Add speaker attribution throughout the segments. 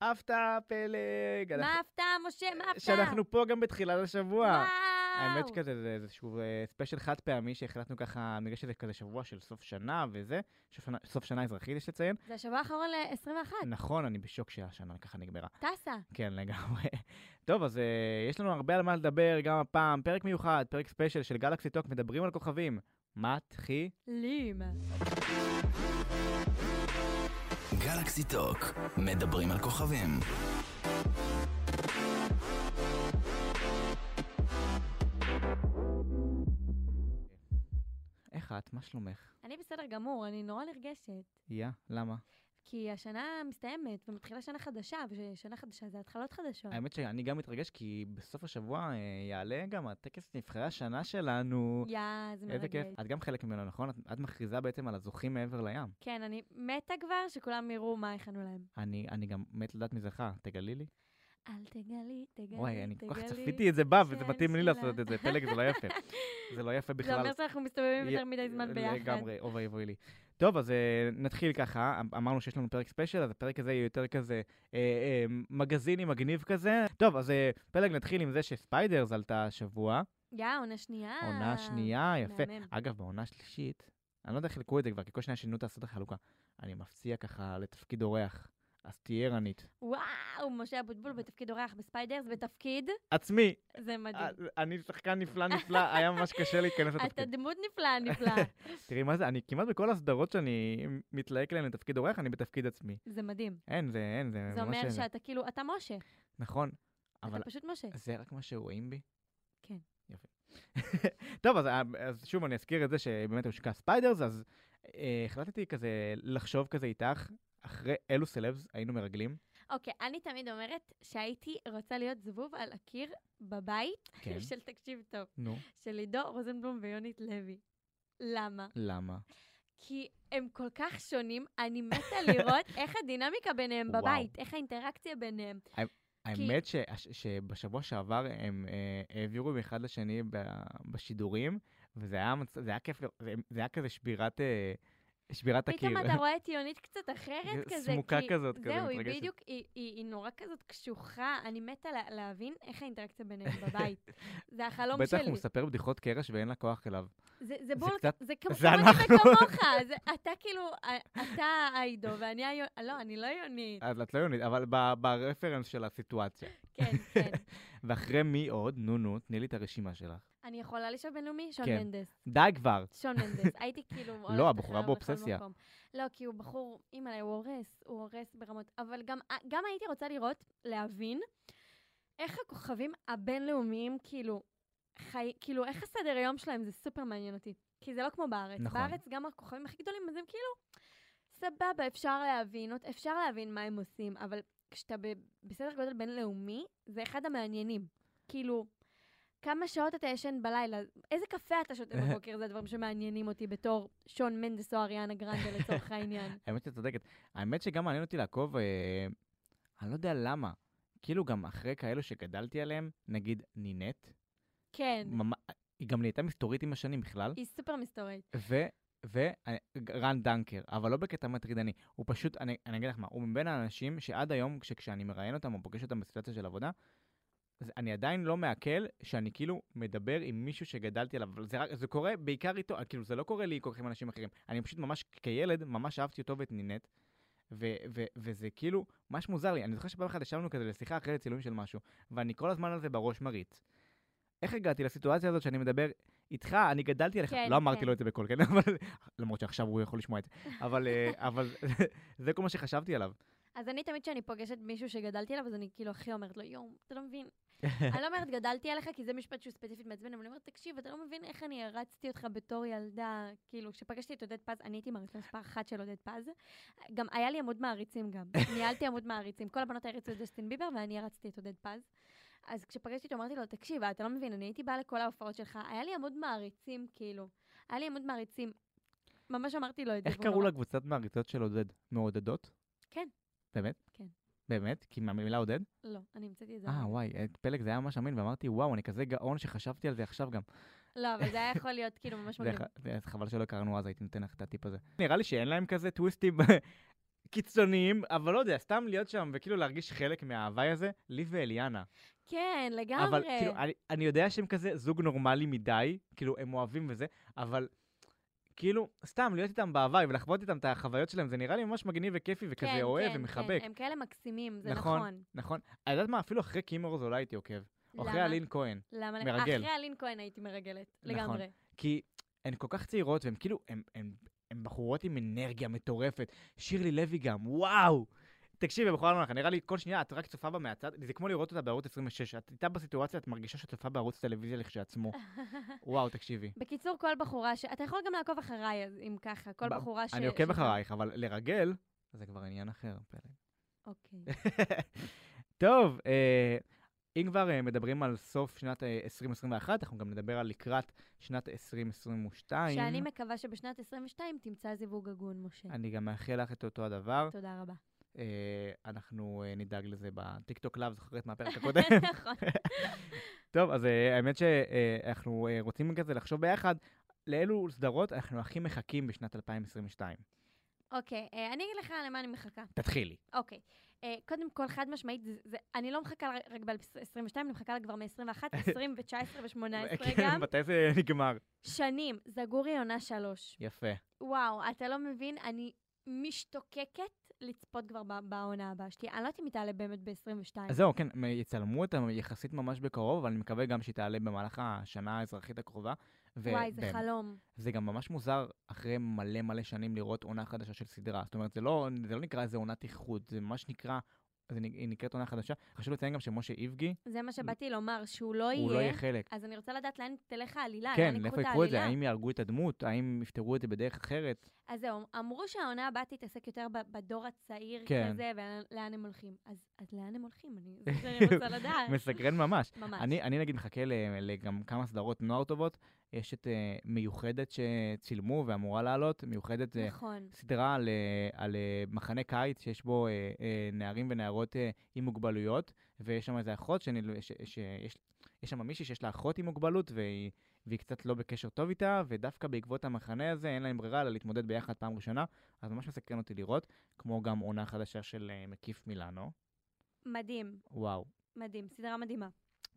Speaker 1: הפתעה פלג.
Speaker 2: מה
Speaker 1: אנחנו-
Speaker 2: ההפתעה, משה? מה ההפתעה?
Speaker 1: כן. שאנחנו פה גם בתחילת השבוע.
Speaker 2: וואו.
Speaker 1: האמת שכזה, זה איזשהו אה, ספיישל חד פעמי שהחלטנו ככה, בגלל שזה כזה שבוע של סוף שנה וזה, סוף שנה- סוף שנה אזרחית יש לציין.
Speaker 2: זה השבוע האחרון ל-21,
Speaker 1: נכון, אני בשוק שהשנה ככה נגמרה.
Speaker 2: טסה.
Speaker 1: כן, לגמרי. טוב, אז אה, יש לנו הרבה על מה לדבר גם הפעם. פרק מיוחד, פרק ספיישל של גלקסי טוק, מדברים על כוכבים. מתחילים.
Speaker 2: לים.
Speaker 3: גלקסי טוק, מדברים על כוכבים.
Speaker 1: איך את? מה שלומך?
Speaker 2: אני בסדר גמור, אני נורא נרגשת.
Speaker 1: יא, למה?
Speaker 2: כי השנה מסתיימת ומתחילה שנה חדשה, ושנה חדשה זה התחלות חדשות.
Speaker 1: האמת שאני גם מתרגש, כי בסוף השבוע אה, יעלה גם הטקס נבחרי השנה שלנו.
Speaker 2: יא, זה מרגש.
Speaker 1: איזה כיף. את גם חלק ממנו, נכון? את- את מכריזה בעצם על הזוכים מעבר לים.
Speaker 2: כן, אני מתה כבר שכולם יראו מה הכנו להם.
Speaker 1: אני אני גם מת לדעת מי זכה, תגלי לי.
Speaker 2: אל תגלי, תגלי,
Speaker 1: וואי, אני כל כך
Speaker 2: כן, תגלי.
Speaker 1: צפיתי את זה בה, וזה
Speaker 2: שאין
Speaker 1: מתאים לי
Speaker 2: שאלה.
Speaker 1: לעשות את זה. פלג, זה לא יפה. זה לא יפה
Speaker 2: זה
Speaker 1: בכלל.
Speaker 2: אומר שאנחנו מסתובבים יותר מדי זמן ביחד.
Speaker 1: לגמרי, אוי ואבוי לי. טוב, אז אה, נתחיל ככה, אמ- אמרנו שיש לנו פרק ספיישל, אז הפרק הזה יהיה יותר כזה אה, אה, מגזיני מגניב כזה. טוב, אז אה, פלג נתחיל עם זה שספיידרס עלתה השבוע,
Speaker 2: יא, עונה שנייה.
Speaker 1: עונה שנייה, יפה.
Speaker 2: אה, מהמם.
Speaker 1: אגב, בעונה השלישית, אני לא יודע איך חילקו את זה כבר, כי כל שנייה שינו את הסוד החלוקה. אני מפציע ככה לתפקיד אורח, אז תהיה ערנית.
Speaker 2: וואו, משה אבוטבול בתפקיד אורח בספיידרס, בתפקיד,
Speaker 1: עצמי,
Speaker 2: זה מדהים.
Speaker 1: אה, אני שחקן נפלא נפלא, היה ממש קשה להיכנס
Speaker 2: אתה
Speaker 1: לתפקיד.
Speaker 2: דמות נפלאה נפלאה.
Speaker 1: תראי מה זה, אני כמעט בכל הסדרות שאני מתלהק להן לתפקיד אורח, אני בתפקיד עצמי.
Speaker 2: זה מדהים.
Speaker 1: אין, זה, אין, אה, זה ממש...
Speaker 2: זה אומר
Speaker 1: אין.
Speaker 2: שאתה כאילו, אתה משה.
Speaker 1: נכון, אבל
Speaker 2: אתה פשוט משה.
Speaker 1: זה רק מה שרואים בי?
Speaker 2: כן.
Speaker 1: יפה. טוב, אז, אה, אז שוב אני אזכיר את זה שבאמת הושקע ספיידרס, אז אה, החלטתי כזה לחשוב כזה איתך, אחרי אילו סלבס היינו מרגלים.
Speaker 2: אוקיי, אני תמיד אומרת שהייתי רוצה להיות זבוב על הקיר בבית
Speaker 1: כן.
Speaker 2: של תקשיב טוב,
Speaker 1: נו,
Speaker 2: של עידו רוזנבלום ויונית לוי. למה?
Speaker 1: למה?
Speaker 2: כי הם כל כך שונים, אני מתה לראות איך הדינמיקה ביניהם
Speaker 1: וואו.
Speaker 2: בבית, איך האינטראקציה ביניהם.
Speaker 1: האמת ש, ש, שבשבוע שעבר הם אה, העבירו מאחד לשני ב, בשידורים, וזה היה, מצ- זה היה כיף, לראות, זה, זה היה כזה שבירת, אה, שבירת הקיר.
Speaker 2: פתאום אתה רואה את יונית קצת אחרת
Speaker 1: היא
Speaker 2: כזה.
Speaker 1: סמוקה
Speaker 2: כי-
Speaker 1: כזאת, כזה,
Speaker 2: זהו, היא
Speaker 1: מתרגשת.
Speaker 2: בדיוק, היא- היא היא נורא כזאת קשוחה, אני מתה לה- להבין איך האינטראקציה ביניהם בבית. זה החלום
Speaker 1: בטח
Speaker 2: שלי.
Speaker 1: הוא מספר בדיחות קרש ואין לה כוח אליו.
Speaker 2: זה, זה בול,
Speaker 1: קצת-
Speaker 2: זה
Speaker 1: זה
Speaker 2: כמובן
Speaker 1: אנחנו.
Speaker 2: כמוך, זה, אתה כאילו, אתה העידו ואני היונית, לא, אני לא יונית,
Speaker 1: אז את לא יונית, אבל ב- ברפרנס של הסיטואציה.
Speaker 2: כן, כן.
Speaker 1: ואחרי מי עוד? נו, נו, תני לי את הרשימה שלך.
Speaker 2: אני יכולה לשאול בינלאומי? שון
Speaker 1: כן.
Speaker 2: מנדס.
Speaker 1: די כבר.
Speaker 2: שון מנדס. הייתי כאילו... הולכת
Speaker 1: לא, הבחורה
Speaker 2: אחריו בכל
Speaker 1: באובססיה.
Speaker 2: מקום. לא, כי הוא בחור, אימא'לה, הוא הורס, הוא הורס ברמות. אבל גם, אה, גם הייתי רוצה לראות, להבין, איך הכוכבים הבינלאומיים, כאילו, חי, כאילו, איך הסדר יום שלהם, זה סופר מעניין אותי. כי זה לא כמו בארץ.
Speaker 1: נכון.
Speaker 2: בארץ גם הכוכבים הכי גדולים, אז הם כאילו, סבבה, אפשר להבין, אות- אפשר להבין מה הם עושים, אבל כשאתה ב, בסדר גודל בינלאומי, זה אחד המעניינים. כאילו, כמה שעות אתה ישן בלילה, איזה קפה אתה שותה בבוקר, זה הדברים שמעניינים אותי בתור שון מנדס או אריאנה גרנדה לצורך העניין.
Speaker 1: האמת שאת צודקת. האמת שגם מעניין אותי לעקוב, אה, אני לא יודע למה. כאילו גם אחרי כאלו שגדלתי עליהם, נגיד נינט,
Speaker 2: כן,
Speaker 1: ממ- היא גם נהייתה מסתורית עם השנים בכלל,
Speaker 2: היא סופר מסתורית.
Speaker 1: ו... ורן דנקר, אבל לא בקטע מטרידני, הוא פשוט, אני, אני אגיד לך מה, הוא מבין האנשים שעד היום, כש- כשאני מראיין אותם או פוגש אותם בסיטואציה של עבודה, אז אני עדיין לא מעכל שאני כאילו מדבר עם מישהו שגדלתי עליו, אבל זה, רק- זה קורה בעיקר איתו, כאילו זה לא קורה לי כל כך עם אנשים אחרים, אני פשוט ממש כילד, ממש אהבתי אותו ואת נינט, ו- ו- וזה כאילו ממש מוזר לי, אני זוכר שפעם אחת ישבנו כזה לשיחה אחרי צילום של משהו, ואני כל הזמן על זה בראש מריץ. איך הגעתי לסיטואציה הזאת שאני מדבר איתך, אני גדלתי עליך,
Speaker 2: כן,
Speaker 1: לא אמרתי
Speaker 2: כן.
Speaker 1: לו את זה בקול, כן, אבל למרות שעכשיו הוא יכול לשמוע את זה, אבל, אה, אבל זה כל מה שחשבתי עליו.
Speaker 2: אז אני תמיד כשאני פוגשת מישהו שגדלתי עליו, אז אני כאילו הכי אומרת לו, יום, אתה לא מבין. אני לא אומרת גדלתי עליך, כי זה משפט שהוא ספציפית מעצבן, אבל אני אומרת, תקשיב, אתה לא מבין איך אני הרצתי אותך בתור ילדה. כאילו, כשפגשתי את עודד פז, אני הייתי מעריצה מספר אחת של עודד פז. גם היה לי עמוד מעריצים גם. ניהלתי עמוד מעריצים. כל הבנות העריצו את ג'סטין ביבר, ואני הרצתי את עודד פז. אז כשפגשתי אותו, אמרתי לו, תקשיב, אתה לא מבין, אני הייתי באה לכל ההופעות שלך, היה לי עמוד מעריצים, כאילו. היה לי עמוד מעריצים. ממש אמרתי לו את זה.
Speaker 1: איך
Speaker 2: והוא
Speaker 1: קראו
Speaker 2: נורא-
Speaker 1: לקבוצת מעריצות של עודד? מעודדות?
Speaker 2: כן.
Speaker 1: באמת?
Speaker 2: כן.
Speaker 1: באמת? כי מהמילה עודד?
Speaker 2: לא, אני המצאתי את זה.
Speaker 1: אה, וואי, את פלג זה היה ממש אמין, ואמרתי, וואו, אני כזה גאון שחשבתי על זה עכשיו גם.
Speaker 2: לא, אבל זה היה יכול להיות כאילו ממש
Speaker 1: זה
Speaker 2: מגניב.
Speaker 1: ח- זה חבל שלא הכרנו אז, הייתי נותן לך את הטיפ הזה. נראה לי שאין להם כזה טוויסטים. קיצוניים, אבל לא יודע, סתם להיות שם וכאילו להרגיש חלק מההוואי הזה, לי ואליאנה.
Speaker 2: כן, לגמרי.
Speaker 1: אבל כאילו, אני, אני יודע שהם כזה זוג נורמלי מדי, כאילו, הם אוהבים וזה, אבל כאילו, סתם להיות איתם בהוואי ולחוות איתם את החוויות שלהם, זה נראה לי ממש מגניב וכיפי וכזה
Speaker 2: כן,
Speaker 1: אוהב
Speaker 2: כן,
Speaker 1: ומחבק,
Speaker 2: כן, הם כאלה מקסימים, זה
Speaker 1: נכון.
Speaker 2: נכון.
Speaker 1: נכון? את יודעת מה, אפילו אחרי קים אורז אולי הייתי עוקב, או אחרי
Speaker 2: למה?
Speaker 1: אלין כהן,
Speaker 2: למה?
Speaker 1: מרגל.
Speaker 2: אחרי אלין כהן הייתי מרגלת,
Speaker 1: נכון.
Speaker 2: לגמרי.
Speaker 1: כי הן כל כך צעירות, והן כאילו, הן- הן הן בחורות עם אנרגיה מטורפת. שירלי לוי גם, וואו! תקשיבי, בחורה לא נחה, נראה לי כל שנייה את רק צופה בה מהצד, זה כמו לראות אותה בערוץ 26. את איתה בסיטואציה, את מרגישה שאת צופה בערוץ טלוויזיה לכשעצמו. וואו, תקשיבי.
Speaker 2: בקיצור, כל בחורה ש... אתה יכול גם לעקוב אחריי, אז אם ככה, כל
Speaker 1: ב-
Speaker 2: בחורה ש...
Speaker 1: אני עוקב
Speaker 2: ש-
Speaker 1: אחרייך, אבל לרגל, זה כבר עניין אחר, פלג.
Speaker 2: אוקיי.
Speaker 1: טוב, אה, אם כבר אה, מדברים על סוף שנת אה, 2021, אנחנו גם נדבר על לקראת שנת 2022.
Speaker 2: שאני מקווה שבשנת 22 תמצא זיווג הגון, משה.
Speaker 1: אני גם מאחל לך את אותו הדבר.
Speaker 2: תודה רבה.
Speaker 1: אה, אנחנו אה, נדאג לזה בטיקטוק לאב, זוכרת מהפרק הקודם.
Speaker 2: נכון.
Speaker 1: טוב, אז אה, האמת שאנחנו רוצים כזה לחשוב ביחד לאילו סדרות אנחנו הכי מחכים בשנת 2022.
Speaker 2: אוקיי, אה, אני אגיד לך למה אני מחכה.
Speaker 1: תתחילי.
Speaker 2: אוקיי. אה, קודם כל, חד משמעית, זה- זה- אני לא מחכה ר- רק ב-22, אני מחכה לה כבר מ-21, 20 ו-19 ו-18
Speaker 1: כן,
Speaker 2: גם.
Speaker 1: מתי זה נגמר?
Speaker 2: שנים, זגורי עונה שלוש.
Speaker 1: יפה.
Speaker 2: וואו, אתה לא מבין, אני משתוקקת לצפות כבר ב- בעונה הבאה שלי. אני לא יודעת אם היא תעלה באמת ב-22.
Speaker 1: אז זהו, כן, מ- יצלמו אותה יחסית ממש בקרוב, אבל אני מקווה גם שהיא תעלה במהלך השנה האזרחית הקרובה. ו-
Speaker 2: וואי, זה
Speaker 1: באמת,
Speaker 2: חלום.
Speaker 1: זה גם ממש מוזר אחרי מלא מלא שנים לראות עונה חדשה של סדרה. זאת אומרת, זה לא, זה לא נקרא איזה עונת איחוד, זה ממש נקרא, זה נ- היא נקראת עונה חדשה. חשוב לציין גם שמשה איבגי,
Speaker 2: זה מה שבאתי לומר, שהוא לא
Speaker 1: הוא לא
Speaker 2: יהיה.
Speaker 1: יהיה חלק.
Speaker 2: אז אני רוצה לדעת לאן תלך העלילה,
Speaker 1: כן,
Speaker 2: לאן
Speaker 1: לאיפה יקחו את זה? האם יהרגו את הדמות? האם יפתרו את זה בדרך אחרת?
Speaker 2: אז זהו, אמרו שהעונה הבאה תתעסק יותר ב- בדור הצעיר
Speaker 1: כן.
Speaker 2: כזה, ולאן הם הולכים. אז אז לאן הם הולכים? אני זה מה שאני רוצה לדעת.
Speaker 1: מסקרן ממש.
Speaker 2: אה, ממש.
Speaker 1: אני, אני נגיד מחכה ל- לגם כמה סדרות נוער טובות. יש את אה, מיוחדת שצילמו ואמורה לעלות, מיוחדת אה, זה
Speaker 2: נכון.
Speaker 1: סדרה על, אה, על אה, מחנה קיץ שיש בו אה, אה, נערים ונערות אה, עם מוגבלויות, ויש שם איזה אחות, שאני, לא, ש, ש, יש, יש שם מישהי שיש לה אחות עם מוגבלות, והיא, והיא קצת לא בקשר טוב איתה, ודווקא בעקבות המחנה הזה אין להם ברירה אלא להתמודד ביחד פעם ראשונה, אז ממש מסקרן אותי לראות, כמו גם עונה חדשה של אה, מקיף מילאנו,
Speaker 2: מדהים,
Speaker 1: וואו,
Speaker 2: מדהים, סדרה מדהימה.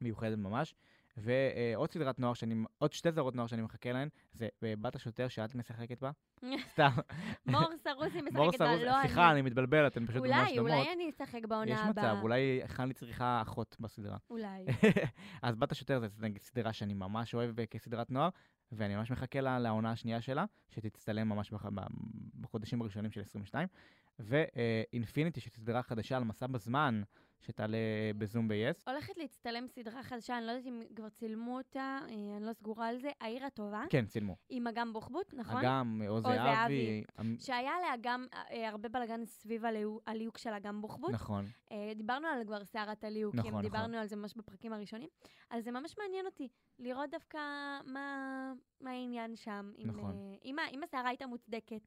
Speaker 1: מיוחדת ממש. ועוד סדרת נוער שאני, עוד שתי סדרות נוער שאני מחכה להן, זה אה, בת השוטר שאת משחקת בה. סתם,
Speaker 2: מור סרוסי משחקת,
Speaker 1: מור
Speaker 2: בה,
Speaker 1: סרוז,
Speaker 2: לא אני.
Speaker 1: סליחה, אני מתבלבל, אתן פשוט ממש
Speaker 2: אולי,
Speaker 1: דומות.
Speaker 2: אולי אני אשחק בעונה
Speaker 1: יש
Speaker 2: הבאה. כן.
Speaker 1: מצב, אולי חני צריכה אחות בסדרה.
Speaker 2: אולי.
Speaker 1: אז בת השוטר זו נגיד סדרה שאני ממש אוהב אה, כסדרת נוער, ואני ממש מחכה לה לעונה השנייה שלה, שתצטלם ממש בח- ב- בחודשים הראשונים של 22. ואינפיניטי, שזו סדרה חדשה על מסע בזמן, שתעלה אה, בזום ב-yes.
Speaker 2: הולכת להצטלם סדרה חדשה, אני לא יודעת אם כבר צילמו אותה, אה, אני לא סגורה על זה, העיר הטובה,
Speaker 1: כן, צילמו.
Speaker 2: עם אגם בוחבוט, אה? נכון?
Speaker 1: אגם, אה, עוז
Speaker 2: עוז
Speaker 1: זהבי. אמ-
Speaker 2: שהיה עליה גם אה, הרבה בלאגן סביב הליהו- הליהוק של אגם בוחבוט.
Speaker 1: נכון.
Speaker 2: אה, דיברנו על כבר סערת הליהוקים,
Speaker 1: נכון, נכון.
Speaker 2: דיברנו על זה ממש בפרקים הראשונים, אז זה ממש מעניין אותי לראות דווקא מה, מה העניין שם, אם,
Speaker 1: נכון.
Speaker 2: אה, אם, ה- אם הסערה הייתה מוצדקת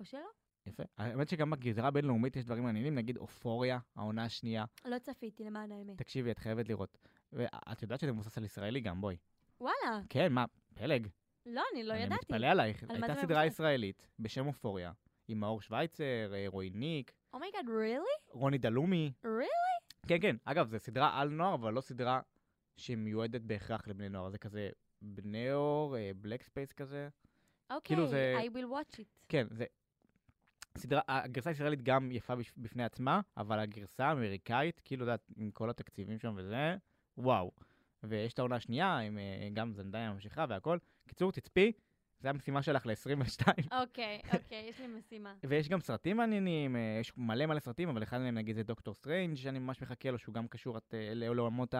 Speaker 2: או שלא,
Speaker 1: יפה. האמת שגם בגזרה הבינלאומית יש דברים מעניינים, נגיד אופוריה, העונה השנייה.
Speaker 2: לא צפיתי למען האמת.
Speaker 1: תקשיבי, את חייבת לראות. ואת יודעת שזה מבוסס על ישראלי גם, בואי.
Speaker 2: וואלה,
Speaker 1: כן, מה, פלג.
Speaker 2: לא, אני לא
Speaker 1: אני
Speaker 2: ידעתי.
Speaker 1: מתפלא עלייך.
Speaker 2: מה
Speaker 1: הייתה
Speaker 2: זה
Speaker 1: סדרה
Speaker 2: מבוסס?
Speaker 1: ישראלית בשם אופוריה, עם מאור שווייצר, אה, רועי ניק,
Speaker 2: אומייגאד, Oh really?
Speaker 1: רוני דלומי.
Speaker 2: really?
Speaker 1: כן, כן. אגב, זו סדרה על נוער, אבל לא סדרה שמיועדת בהכרח לבני נוער. זה כזה בני אור, בלק ספייס כזה.
Speaker 2: אוקיי,
Speaker 1: כאילו זה-
Speaker 2: I will watch it.
Speaker 1: כן, זה... סדרה, הגרסה הישראלית גם יפה בש- בפני עצמה, אבל הגרסה האמריקאית, כאילו, יודעת, עם כל התקציבים שם וזה, וואו. ויש את העונה השנייה, עם אה, גם זנדאי ממשיכה והכל. קיצור, תצפי, זו המשימה שלך ל-22.
Speaker 2: אוקיי, אוקיי, יש לי משימה.
Speaker 1: ויש גם סרטים מעניינים, אה, יש מלא מלא סרטים, אבל אחד מהם נגיד זה דוקטור סטרנג', שאני ממש מחכה לו, שהוא גם קשור את, אה, ל- לעולמות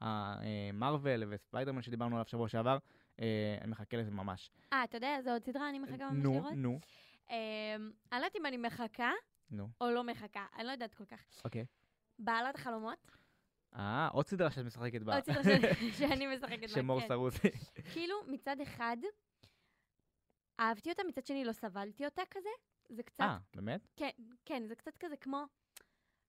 Speaker 1: המרוויל וספיידרמן שדיברנו עליו שבוע שעבר. אה, אני מחכה לזה ממש.
Speaker 2: אה, אתה יודע, זו עוד סדרה, אני מחכה ממש
Speaker 1: אה, נו,
Speaker 2: לראות.
Speaker 1: נו,
Speaker 2: אמ, אני לא יודעת אם אני מחכה
Speaker 1: נו,
Speaker 2: או לא מחכה, אני לא יודעת כל כך.
Speaker 1: אוקיי.
Speaker 2: בעלת החלומות,
Speaker 1: אה, עוד סדרה שאת משחקת בה.
Speaker 2: עוד סדרה שאני- שאני משחקת בה,
Speaker 1: שמור
Speaker 2: כן.
Speaker 1: סרוסי.
Speaker 2: כאילו, מצד אחד, אהבתי אותה, מצד שני לא סבלתי אותה כזה. זה קצת,
Speaker 1: אה, באמת?
Speaker 2: כן, כן, זה קצת כזה כמו,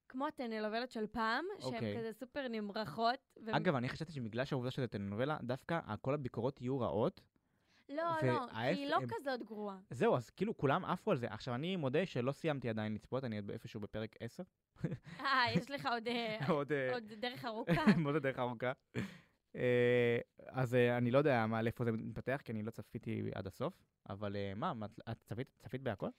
Speaker 2: כמו הטנלובלות של פעם, שהן
Speaker 1: אוקיי.
Speaker 2: כזה סופר נמרחות. והן-
Speaker 1: אה, אגב, אני חשבתי שבגלל שהעובדה שזו טלנובלה, דווקא כל הביקורות יהיו רעות,
Speaker 2: לא, לא,
Speaker 1: וההפ-
Speaker 2: היא לא
Speaker 1: הם-
Speaker 2: כזאת גרועה.
Speaker 1: זהו, אז כאילו כולם עפו על זה. עכשיו, אני מודה שלא סיימתי עדיין לצפות, אני עוד איפשהו בפרק 10.
Speaker 2: אה, יש לך עוד, אה,
Speaker 1: עוד... אה,
Speaker 2: עוד דרך ארוכה.
Speaker 1: מאוד הדרך ארוכה. אה, אז אה, אני לא יודע מה, לאיפה זה מתפתח, כי אני לא צפיתי עד הסוף, אבל אה, מה, מה, את- את צפית- צפית בהכל?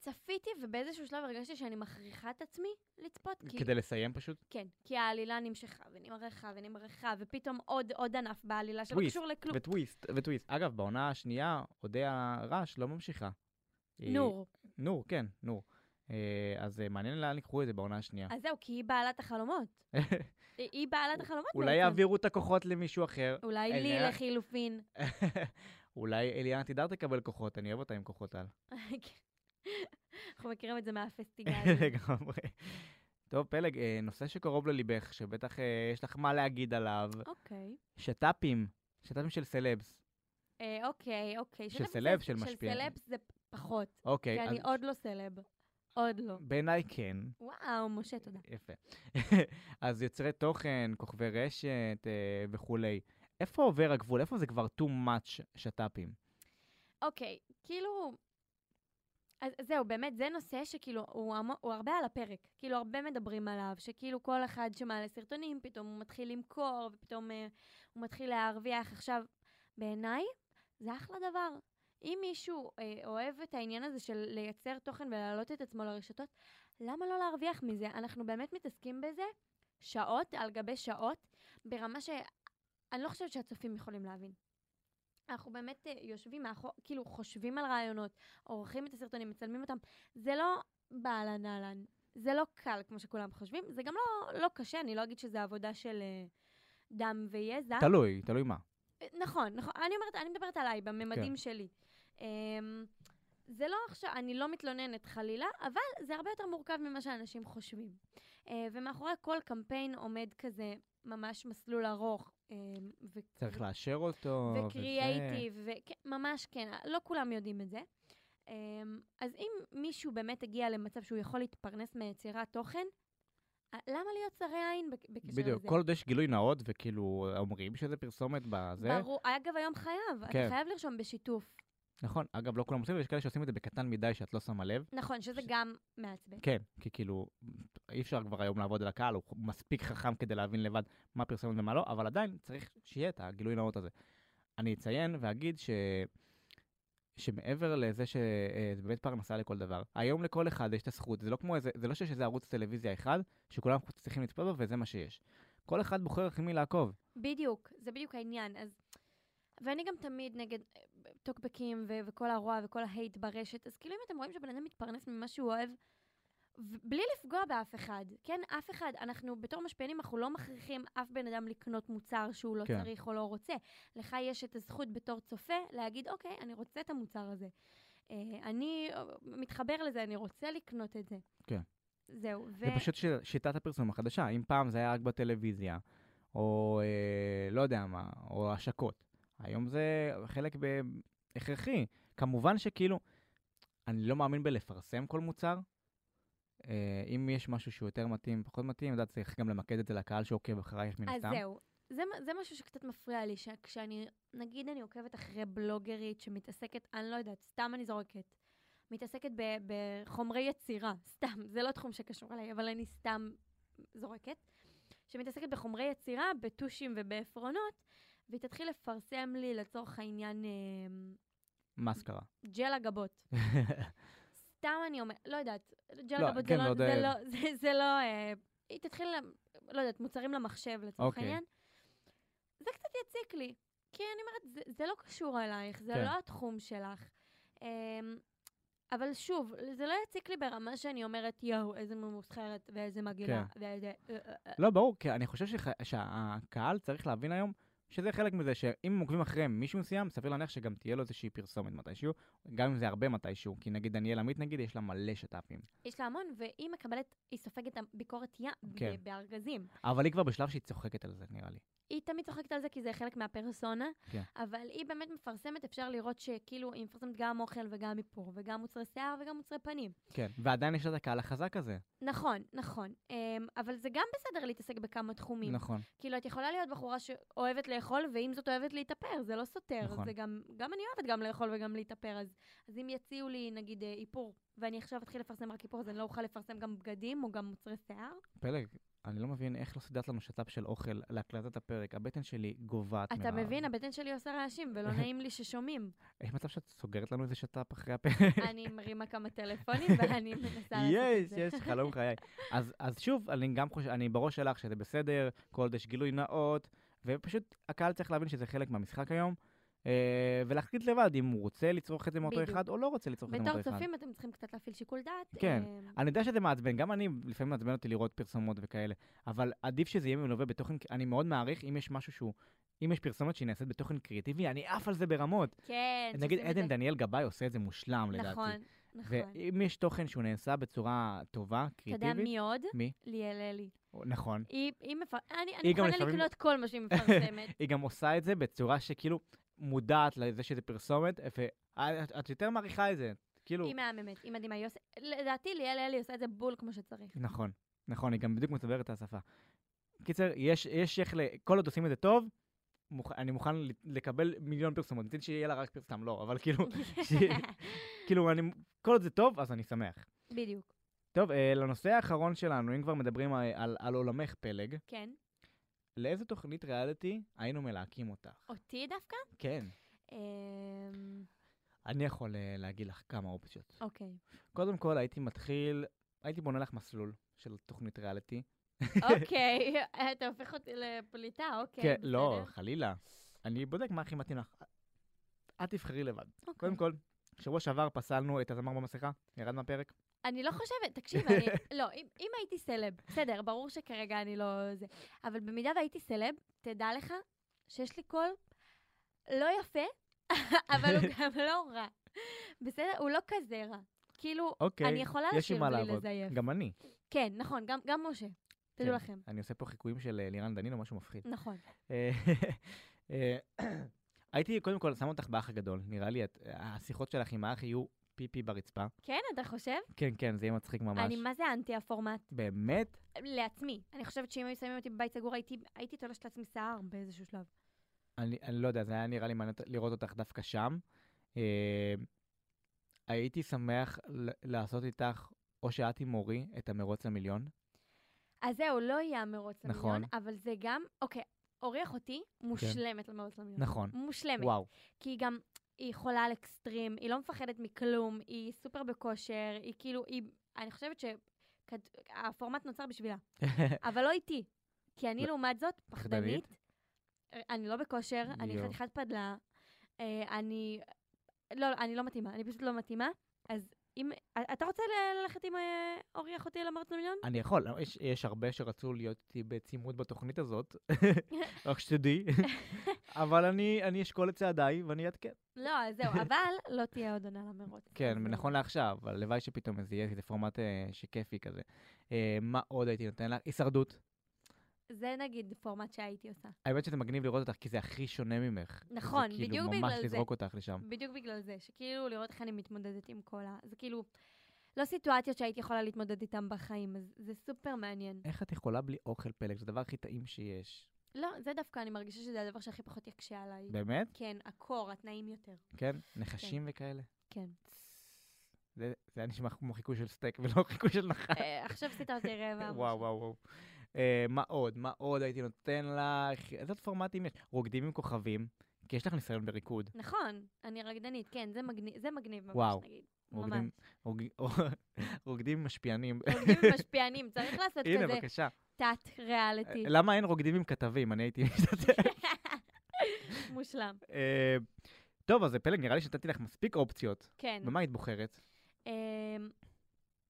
Speaker 2: צפיתי, ובאיזשהו שלב הרגשתי שאני מכריחה את עצמי לצפות. כי...
Speaker 1: כדי לסיים פשוט?
Speaker 2: כן, כי העלילה נמשכה ונמרחה ונמרחה, ופתאום עוד, עוד ענף בעלילה שלא
Speaker 1: טוויסט,
Speaker 2: קשור לכלום.
Speaker 1: וטוויסט, וטוויסט. אגב, בעונה השנייה, אודיה רש לא ממשיכה. היא-
Speaker 2: נור.
Speaker 1: נור, כן, נור. אה, אז אה, מעניין לאן יקחו את זה בעונה השנייה.
Speaker 2: אז זהו, כי היא בעלת החלומות. היא- היא בעלת החלומות
Speaker 1: אולי
Speaker 2: בעצם.
Speaker 1: יעבירו את הכוחות למישהו אחר,
Speaker 2: אולי
Speaker 1: אין,
Speaker 2: לי
Speaker 1: אה?
Speaker 2: לחילופין.
Speaker 1: אולי אליאנה תידר תקבל כוחות, אני אוהב אותה עם כוחות על.
Speaker 2: אנחנו מכירים את זה מהפסטיגל.
Speaker 1: לגמרי. טוב, פלג, אה, נושא שקרוב לליבך, שבטח אה, יש לך מה להגיד עליו,
Speaker 2: אוקיי.
Speaker 1: שת"פים, שת"פים של סלבס.
Speaker 2: אה, אוקיי, אוקיי.
Speaker 1: של
Speaker 2: שלב זה-
Speaker 1: סלב, של משפיע.
Speaker 2: של סלב זה פחות,
Speaker 1: אוקיי,
Speaker 2: כי
Speaker 1: אז
Speaker 2: אני עוד לא סלב. עוד לא.
Speaker 1: בעיניי כן,
Speaker 2: וואו, משה, תודה.
Speaker 1: יפה. אז יוצרי תוכן, כוכבי רשת אה, וכולי. איפה עובר הגבול? איפה זה כבר too much שת"פים?
Speaker 2: אוקיי, כאילו... אז זהו, באמת, זה נושא שכאילו, הוא, המו, הוא הרבה על הפרק. כאילו, הרבה מדברים עליו, שכאילו כל אחד שמעלה סרטונים, פתאום הוא מתחיל למכור, ופתאום אה, הוא מתחיל להרוויח. עכשיו, בעיניי, זה אחלה דבר. אם מישהו אה, אוהב את העניין הזה של לייצר תוכן ולהעלות את עצמו לרשתות, למה לא להרוויח מזה? אנחנו באמת מתעסקים בזה שעות על גבי שעות, ברמה שאני לא חושבת שהצופים יכולים להבין. אנחנו באמת אה, יושבים, מאחור, כאילו חושבים על רעיונות, עורכים את הסרטונים, מצלמים אותם. זה לא באהלן אהלן, זה לא קל כמו שכולם חושבים, זה גם לא, לא קשה, אני לא אגיד שזה עבודה של אה, דם ויזע.
Speaker 1: תלוי, תלוי מה.
Speaker 2: נכון, נכון. אני אומרת, אני מדברת עליי, בממדים
Speaker 1: כן.
Speaker 2: שלי. אמ, זה לא עכשיו, אני לא מתלוננת חלילה, אבל זה הרבה יותר מורכב ממה שאנשים חושבים. אה, ומאחורי כל קמפיין עומד כזה ממש מסלול ארוך. אמ, ו-
Speaker 1: צריך
Speaker 2: ו-
Speaker 1: לאשר אותו. וזה.
Speaker 2: וקריאייטיב, ממש כן, לא כולם יודעים את זה. אמ, אז אם מישהו באמת הגיע למצב שהוא יכול להתפרנס מיצירת תוכן, אה, למה להיות צרי עין בק- בקשר לזה?
Speaker 1: בדיוק, כל עוד יש גילוי נאות וכאילו אומרים שזה פרסומת בזה.
Speaker 2: ברור, אגב, היום חייב,
Speaker 1: כן.
Speaker 2: אתה חייב לרשום בשיתוף.
Speaker 1: נכון, אגב, לא כולם עושים, ויש כאלה שעושים את זה בקטן מדי שאת לא שמה לב.
Speaker 2: נכון, שזה
Speaker 1: ש-
Speaker 2: גם מעצבן.
Speaker 1: כן, כי כאילו, אי אפשר כבר היום לעבוד על הקהל, הוא מספיק חכם כדי להבין לבד מה פרסומת ומה לא, אבל עדיין צריך שיהיה את הגילוי נאות הזה. אני אציין ואגיד ש... שמעבר לזה שזה באמת פרנסה לכל דבר, היום לכל אחד יש את הזכות, זה לא כמו איזה, זה לא שיש איזה ערוץ טלוויזיה אחד, שכולם צריכים לצפות בו וזה מה שיש. כל אחד בוחר אחרי מי לעקוב.
Speaker 2: בדיוק, זה בדיוק העניין. אז... ואני גם תמיד נגד אה, טוקבקים ו- וכל הרוע וכל ההייט ברשת, אז כאילו אם אתם רואים שבן אדם מתפרנס ממה שהוא אוהב, ו- בלי לפגוע באף אחד, כן, אף אחד, אנחנו בתור משפיענים, אנחנו לא מכריחים אף בן אדם לקנות מוצר שהוא לא
Speaker 1: כן.
Speaker 2: כן. צריך או לא רוצה. לך יש את הזכות בתור צופה להגיד, אוקיי, אני רוצה את המוצר הזה. אה, אני אה, מתחבר לזה, אני רוצה לקנות את זה.
Speaker 1: כן.
Speaker 2: זהו, ו...
Speaker 1: זה פשוט ש... שיטת הפרסום החדשה. אם פעם זה היה רק בטלוויזיה, או אה, לא יודע מה, או השקות. היום זה חלק ב... הכרחי. כמובן שכאילו, אני לא מאמין בלפרסם כל מוצר. אה, אם יש משהו שהוא יותר מתאים, פחות מתאים, אתה צריך גם למקד את זה לקהל שעוקב אחרייך מן
Speaker 2: אז
Speaker 1: הסתם.
Speaker 2: זהו. זה, מ- זה משהו שקצת מפריע לי, שכשאני, נגיד אני עוקבת אחרי בלוגרית שמתעסקת, אני לא יודעת, סתם אני זורקת, מתעסקת ב, בחומרי יצירה, סתם, זה לא תחום שקשור אליי, אבל אני סתם זורקת, שמתעסקת בחומרי יצירה, בטושים ובעפרונות, והיא תתחיל לפרסם לי לצורך העניין אה,
Speaker 1: מסקרה.
Speaker 2: ג'ל הגבות. סתם אני אומרת, לא יודעת, ג'ל
Speaker 1: לא,
Speaker 2: לא, גבות
Speaker 1: כן,
Speaker 2: זה, לא,
Speaker 1: לא
Speaker 2: זה,
Speaker 1: יודע.
Speaker 2: לא, זה, זה לא... אה, היא תתחיל, ל- לא יודעת, מוצרים למחשב לצורך
Speaker 1: אוקיי.
Speaker 2: העניין. זה קצת יציק לי, כי אני אומרת, זה, זה לא קשור אלייך, זה
Speaker 1: כן.
Speaker 2: לא התחום שלך. אמ, אבל שוב, זה לא יציק לי ברמה שאני אומרת, יואו, איזה ממוסחרת ואיזה מגעילה,
Speaker 1: כן.
Speaker 2: ואיזה... אה, אה, אה."
Speaker 1: לא, ברור, כי אני חושב שח... שהקהל צריך להבין היום שזה חלק מזה, שאם הם עוקבים אחרי מישהו מסוים, סביר להניח שגם תהיה לו איזושהי פרסומת מתישהו, גם אם זה הרבה מתישהו, כי נגיד דניאל עמית נגיד, יש לה מלא שת"פים.
Speaker 2: יש לה המון, והיא מקבלת, היא סופגת ביקורת ים ב-
Speaker 1: כן.
Speaker 2: בארגזים.
Speaker 1: אבל היא כבר בשלב שהיא צוחקת על זה, נראה לי.
Speaker 2: היא תמיד צוחקת על זה כי זה חלק מהפרסונה,
Speaker 1: כן.
Speaker 2: אבל היא באמת מפרסמת, אפשר לראות שכאילו היא מפרסמת גם אוכל וגם איפור, וגם מוצרי שיער וגם מוצרי פנים.
Speaker 1: כן. ועדיין יש לה את הקהל החזק הזה.
Speaker 2: נכון, נכון. אמ, אבל זה גם בסדר להתעסק בכמה תחומים.
Speaker 1: נכון.
Speaker 2: כאילו, את יכולה להיות בחורה שאוהבת ל- לאכול, ועם זאת אוהבת להתאפר, זה לא סותר.
Speaker 1: נכון.
Speaker 2: זה גם, גם אני אוהבת גם לאכול וגם להתאפר, אז, אז אם יציעו לי, נגיד, אה, איפור, ואני עכשיו אתחיל לפרסם רק איפור, אז אני לא אוכל לפרסם גם בגדים או גם מוצרי שיער?
Speaker 1: פלג, אני לא מבין איך לא סידרת לנו שת"פ של אוכל להקלטת הפרק. הבטן שלי גוועת
Speaker 2: אתה מבין, הבטן שלי עושה רעשים, ולא נעים לי ששומעים.
Speaker 1: יש מצב שאת סוגרת לנו איזה שת"פ אחרי הפרק?
Speaker 2: אני מרימה כמה טלפונים, ואני מנסה לעשות את
Speaker 1: יש,
Speaker 2: זה.
Speaker 1: יש, חלום חיי. אז, אז שוב, אני גם חושב, אני בראש שלך שזה בסדר, כל עוד יש גילוי נאות, ופשוט הקהל צריך להבין שזה חלק מהמשחק היום, אה, ולהחליט לבד אם הוא רוצה לצרוך את זה מאותו
Speaker 2: בדיוק.
Speaker 1: אחד או לא רוצה לצרוך את זה
Speaker 2: בתור
Speaker 1: מאותו אחד.
Speaker 2: צופים אתם צריכים קצת להפעיל שיקול דעת.
Speaker 1: כן.
Speaker 2: אה,
Speaker 1: אני יודע שזה מעצבן, גם אני, לפעמים מעצבן אותי לראות פרסומות וכאלה, אבל עדיף שזה יהיה מלווה בתוכן, אני מאוד מעריך אם יש משהו שהוא, אם יש פרסומת שהיא נעשית בתוכן קריאיטיבי, אני עף על זה ברמות.
Speaker 2: כן,
Speaker 1: נגיד
Speaker 2: שעושים את
Speaker 1: עדן
Speaker 2: זה.
Speaker 1: דניאל גבאי עושה את זה מושלם לדעתי.
Speaker 2: נכון, נכון.
Speaker 1: ואם יש תוכן שהוא נעשה בצורה טובה,
Speaker 2: אתה יודע
Speaker 1: קריאיטיבית,
Speaker 2: מי עוד?
Speaker 1: מי?
Speaker 2: ליאל אלי.
Speaker 1: נכון.
Speaker 2: היא היא מפר- אני אני
Speaker 1: היא גם
Speaker 2: מוכנה
Speaker 1: לפעמים-
Speaker 2: לקנות כל מה שהיא מפרסמת.
Speaker 1: היא גם עושה את זה בצורה שכאילו מודעת לזה שזה פרסומת, ואת את יותר מעריכה את זה, כאילו...
Speaker 2: היא מהממת, היא מדהימה. היא עושה- לדעתי ליאל אלי עושה את זה בול כמו שצריך.
Speaker 1: נכון, נכון, היא גם בדיוק מצברת את השפה. קיצר, יש, יש איך, ל- כל עוד עושים את זה טוב, מוכ... אני מוכן ל- לקבל מיליון פרסומות, נתן שיהיה לה רק פרסם, לא, אבל כאילו, ש... כאילו, אני, כל עוד זה טוב, אז אני שמח.
Speaker 2: בדיוק,
Speaker 1: טוב, אה, לנושא האחרון שלנו, אם כבר מדברים על, על, על עולמך פלג,
Speaker 2: כן.
Speaker 1: לאיזה תוכנית ריאליטי היינו מלהקים אותך?
Speaker 2: אותי דווקא?
Speaker 1: כן.
Speaker 2: אמ,
Speaker 1: אני יכול אה, להגיד לך כמה אופציות.
Speaker 2: אוקיי.
Speaker 1: קודם כל הייתי מתחיל, הייתי בונה לך מסלול של תוכנית ריאליטי.
Speaker 2: אוקיי, אתה הופך אותי לפליטה, אוקיי. בסדר.
Speaker 1: לא, חלילה. אני בודק מה הכי מתאים לך. את תבחרי לבד.
Speaker 2: אוקיי.
Speaker 1: קודם כל, שבוע שעבר פסלנו את הזמר במסכה, ירד מהפרק.
Speaker 2: אני לא חושבת, תקשיב, אני, לא, אם, אם הייתי סלב, בסדר, ברור שכרגע אני לא זה, אבל במידה והייתי סלב, תדע לך שיש לי קול לא יפה, אבל הוא גם לא רע. בסדר? הוא לא כזה רע. כאילו,
Speaker 1: אוקיי,
Speaker 2: אני יכולה
Speaker 1: יש עם
Speaker 2: לשיר
Speaker 1: מה
Speaker 2: בלי
Speaker 1: לעבוד.
Speaker 2: לזייף.
Speaker 1: גם אני.
Speaker 2: כן, נכון, גם, גם משה. תדעו
Speaker 1: כן.
Speaker 2: לכם.
Speaker 1: אני עושה פה חיקויים של אה, לירן דנינו, משהו מפחיד.
Speaker 2: נכון.
Speaker 1: אה, אה, הייתי קודם כל שם אותך באח הגדול, נראה לי את- אה, השיחות שלך עם האח יהיו פיפי ברצפה.
Speaker 2: כן, אתה חושב?
Speaker 1: כן, כן, זה יהיה מצחיק ממש.
Speaker 2: אני מה זה אנטי הפורמט?
Speaker 1: באמת?
Speaker 2: לעצמי. אני חושבת שאם היו שמים אותי בבית סגור, הייתי, הייתי תולשת לעצמי שיער באיזשהו שלב.
Speaker 1: אני, אני לא יודע, זה היה נראה לי מעניין לראות אותך דווקא שם. אה, הייתי שמח ל- לעשות איתך, או שאת עם מורי, את המרוץ למיליון.
Speaker 2: Mm-hmm. אז זהו, לא יהיה המרוץ למיליון,
Speaker 1: נכון.
Speaker 2: אבל זה גם, אוקיי, אורי אחותי מושלמת למרוץ למיליון.
Speaker 1: נכון.
Speaker 2: מושלמת.
Speaker 1: וואו.
Speaker 2: כי היא גם, היא חולה על אקסטרים, היא לא מפחדת מכלום, היא סופר בכושר, היא כאילו, היא, אני חושבת שהפורמט נוצר בשבילה, אבל לא איתי. כי אני
Speaker 1: לא.
Speaker 2: לעומת זאת
Speaker 1: פחדנית?
Speaker 2: פחדנית, אני לא בכושר, אני
Speaker 1: יואו.
Speaker 2: חתיכת פדלה, אה, אני, לא, לא, אני לא מתאימה, אני פשוט לא מתאימה, אז אם, אה, אתה רוצה ל- ללכת עם אה, אורי אחותי למרוץ למיליון?
Speaker 1: אני יכול, לא, יש, יש הרבה שרצו להיות איתי בצימוד בתוכנית הזאת, רק שתדעי. אבל אני, אני אשקול את צעדיי ואני אעדכן.
Speaker 2: לא, אז זהו, אבל לא תהיה עוד עונה למרוץ.
Speaker 1: כן,
Speaker 2: אז,
Speaker 1: ונכון לעכשיו, אבל הלוואי שפתאום זה יהיה איזה פורמט אה, שכיפי כזה. אה, מה עוד הייתי נותן לך? הישרדות.
Speaker 2: אה, זה נגיד פורמט שהייתי עושה.
Speaker 1: האמת שזה מגניב לראות אותך, כי זה הכי שונה ממך.
Speaker 2: נכון,
Speaker 1: זה
Speaker 2: בדיוק
Speaker 1: כאילו ממש
Speaker 2: בגלל זה.
Speaker 1: לזרוק אותך לשם.
Speaker 2: בדיוק בגלל זה, שכאילו לראות איך אני מתמודדת עם כל ה... זה כאילו, לא סיטואציות שהייתי יכולה להתמודד איתן בחיים, אז זה סופר מעניין.
Speaker 1: איך את יכולה בלי אוכל פלג? זה הדבר הכי טעים שיש.
Speaker 2: לא, זה דווקא, אני מרגישה שזה הדבר שהכי פחות יקשה עליי.
Speaker 1: באמת?
Speaker 2: כן, הקור, התנאים יותר.
Speaker 1: כן? נחשים וכאלה?
Speaker 2: כן.
Speaker 1: זה זה היה נשמע כמו חיקוי של סטייק ולא חיקוי של נחש.
Speaker 2: אה, עכשיו עשית אותי רעבה.
Speaker 1: וואו, וואו, וואו. אה, מה עוד? מה עוד הייתי נותן לך? איזה עוד פורמטים יש? רוקדים עם כוכבים, כי יש לך ניסיון בריקוד.
Speaker 2: נכון, אני רקדנית, כן, זה מגניב, זה מגניב ממש,
Speaker 1: וואו.
Speaker 2: נגיד.
Speaker 1: רוקדים-
Speaker 2: ממש.
Speaker 1: רוג- רוקדים עם משפיענים.
Speaker 2: רוקדים עם משפיענים, צריך לעשות
Speaker 1: הנה,
Speaker 2: כזה
Speaker 1: בבקשה. אה, לא.
Speaker 2: תת-ריאליטי.
Speaker 1: למה אין רוקדים עם כתבים? אני הייתי משתתף.
Speaker 2: מושלם.
Speaker 1: אה, טוב, אז זה פלג, נראה לי שנתתי לך מספיק אופציות.
Speaker 2: כן.
Speaker 1: במה היית בוחרת?
Speaker 2: אמ,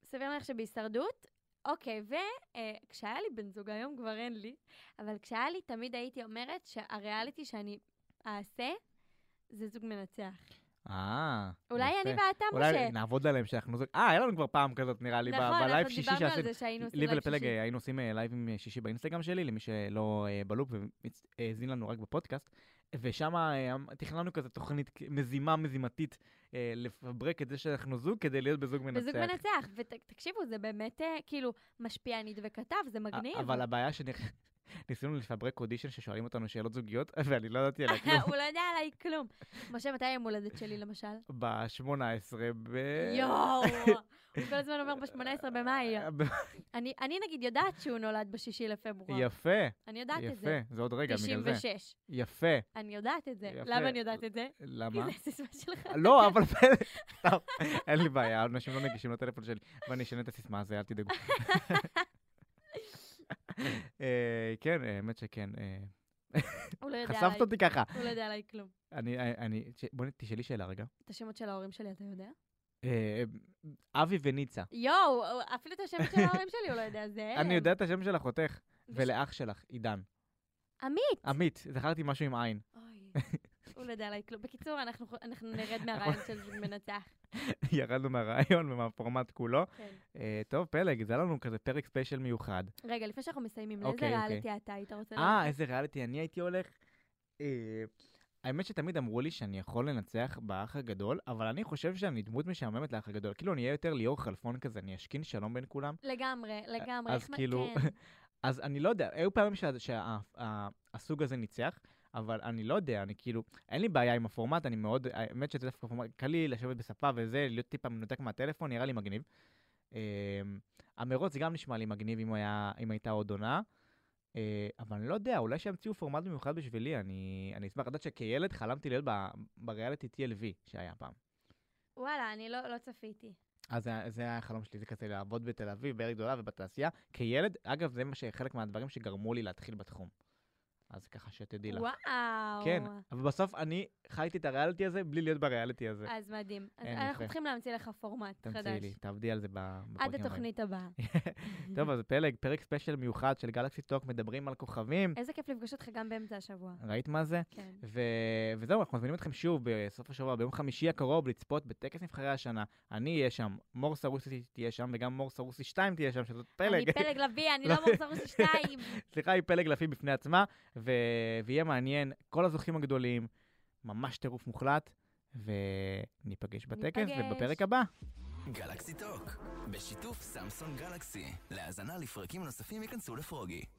Speaker 2: סביר להניח שבהישרדות, אוקיי, וכשהיה לי בן זוג, היום כבר אין לי, אבל כשהיה לי, תמיד הייתי אומרת שהריאליטי שאני אעשה, זה זוג מנצח.
Speaker 1: אה,
Speaker 2: אולי
Speaker 1: יפה.
Speaker 2: אני ואתה, משה.
Speaker 1: אולי נעבוד עליהם שאנחנו... זו- אה, היה לנו כבר פעם כזאת, נראה לי, ב- בלייב
Speaker 2: נכון, אנחנו
Speaker 1: שישי
Speaker 2: דיברנו על
Speaker 1: שעשינו.
Speaker 2: זה שהיינו עושים
Speaker 1: לי
Speaker 2: לייב
Speaker 1: ולפלג
Speaker 2: שישי.
Speaker 1: אה, היינו עושים אה, לייבים אה, שישי באינסטגרם שלי, למי שלא אה, בלופ והאזין לנו רק בפודקאסט. ושם אה, אמ, תכננו כזה תוכנית כ- מזימה מזימתית, אה, לפברק את זה שאנחנו זוג כדי להיות בזוג מנצח.
Speaker 2: בזוג מנצח, ותקשיבו, זה באמת אה, כאילו משפיענית וכתב, זה
Speaker 1: א-
Speaker 2: מגניב.
Speaker 1: אבל הבעיה שנ... ניסינו לפברק אודישן ששואלים אותנו שאלות זוגיות, ואני לא ידעתי עליה כלום.
Speaker 2: הוא לא יודע עליי כלום. משה, מתי היום הולדת שלי למשל?
Speaker 1: ב-18 ב... אה,
Speaker 2: יואו! הוא כל הזמן אומר ב-18 במאי. אני, אני נגיד יודעת שהוא נולד בשישי לפברואר.
Speaker 1: יפה,
Speaker 2: אני יודעת את זה.
Speaker 1: יפה, זה עוד רגע, בגלל זה.
Speaker 2: 96.
Speaker 1: יפה,
Speaker 2: אני יודעת את זה.
Speaker 1: יפה.
Speaker 2: למה אני יודעת את זה? כי
Speaker 1: למה?
Speaker 2: זה הסיסמה שלך.
Speaker 1: לא, אבל בסדר, סתם, אין לי בעיה, אנשים לא נגישים לטלפון שלי, ואני אשנה את הסיסמה הזו, אל תדאגו. אה, כן, האמת שכן. אה,
Speaker 2: הוא לא יודע עליי.
Speaker 1: חשפת אותי ככה.
Speaker 2: הוא לא יודע עליי כלום.
Speaker 1: אני, אני- אני, ש- בואי תשאלי שאלה רגע.
Speaker 2: את השמות של ההורים שלי אתה יודע?
Speaker 1: אה, אבי וניצה,
Speaker 2: יואו, אפילו את השמות של ההורים שלי הוא לא יודע, זה הלם.
Speaker 1: אני יודע את השם של אחותך,
Speaker 2: זה
Speaker 1: ולאח שלך, עידן.
Speaker 2: עמית!
Speaker 1: עמית, זכרתי משהו עם עין.
Speaker 2: אוי, הוא לא יודע עליי כלום. בקיצור, אנחנו אנחנו נרד מהרעיון של מנצח.
Speaker 1: ירדנו מהרעיון ומהפורמט כולו.
Speaker 2: כן.
Speaker 1: אה, טוב, פלג, זה היה לנו כזה פרק ספיישל מיוחד.
Speaker 2: רגע, לפני שאנחנו מסיימים, לאיזה
Speaker 1: אוקיי, אוקיי.
Speaker 2: ריאליטי אתה היית רוצה
Speaker 1: אה,
Speaker 2: ללכת?
Speaker 1: איזה ריאליטי אני הייתי הולך. אה, האמת שתמיד אמרו לי שאני יכול לנצח באח הגדול, אבל אני חושב שאני דמות משעממת לאח הגדול. כאילו, אני אהיה יותר ליאור חלפון כזה, אני אשכין שלום בין כולם.
Speaker 2: לגמרי, לגמרי.
Speaker 1: אז
Speaker 2: איך מה-
Speaker 1: כאילו-
Speaker 2: כן.
Speaker 1: אז אני לא יודע, היו פעמים שה- שה- ה- הסוג הזה ניצח, אבל אני לא יודע, אני כאילו, אין לי בעיה עם הפורמט, אני מאוד, האמת שזה דווקא פורמט, קל לי לשבת בספה וזה, להיות טיפה מנותק מהטלפון, נראה לי מגניב. אמ, המרוץ גם נשמע לי מגניב אם, היה, אם הייתה עוד עונה, אה, אבל אני לא יודע, אולי שימציאו פורמט במיוחד בשבילי, אני, אני אשמח לדעת שכילד חלמתי להיות ב- בריאליטי TLV שהיה פעם.
Speaker 2: וואלה, אני לא לא צפיתי.
Speaker 1: אז זה, זה היה החלום שלי, זה כזה לעבוד בתל אביב, בעיר גדולה ובתעשייה. כילד, אגב, זה מה שחלק מהדברים שגרמו לי להתחיל בתחום. אז ככה שתדעי לך.
Speaker 2: וואו.
Speaker 1: כן, אבל בסוף אני חייתי את הריאליטי הזה בלי להיות בריאליטי הזה.
Speaker 2: אז מדהים. אז
Speaker 1: אין,
Speaker 2: אנחנו
Speaker 1: יפה.
Speaker 2: צריכים להמציא לך פורמט
Speaker 1: תמציאי
Speaker 2: אה, חדש. אה,
Speaker 1: לי, תעבדי על זה ב- בפרקים
Speaker 2: עד
Speaker 1: הבאים.
Speaker 2: התוכנית הבאה.
Speaker 1: טוב, אז פלג, פרק ספיישל מיוחד של גלקסי טוק, מדברים על כוכבים.
Speaker 2: איזה כיף לפגוש אותך גם באמצע השבוע.
Speaker 1: ראית מה זה?
Speaker 2: כן.
Speaker 1: ו... וזהו, אנחנו מזמינים אתכם שוב בסוף השבוע, ביום חמישי הקרוב, לצפות בטקס נבחרי השנה. אני אהיה שם, מור סרוסי תהיה שם, וגם מור סרוסי 2 תהיה שם, שזאת פלג.
Speaker 2: אני פלג לביא, אני לא מורסרוסי שתיים.
Speaker 1: סליחה, היא פלג לפי בפני עצמה, ו... ויהיה מעניין, כל הזוכים הגדולים, ממש טירוף מוחלט, וניפגש בטקס
Speaker 2: ניפגש.
Speaker 1: ובפרק הבא.
Speaker 3: גלקסי טוק, בשיתוף סמסון גלקסי. להאזנה לפרקים נוספים ייכנסו לפרוגי.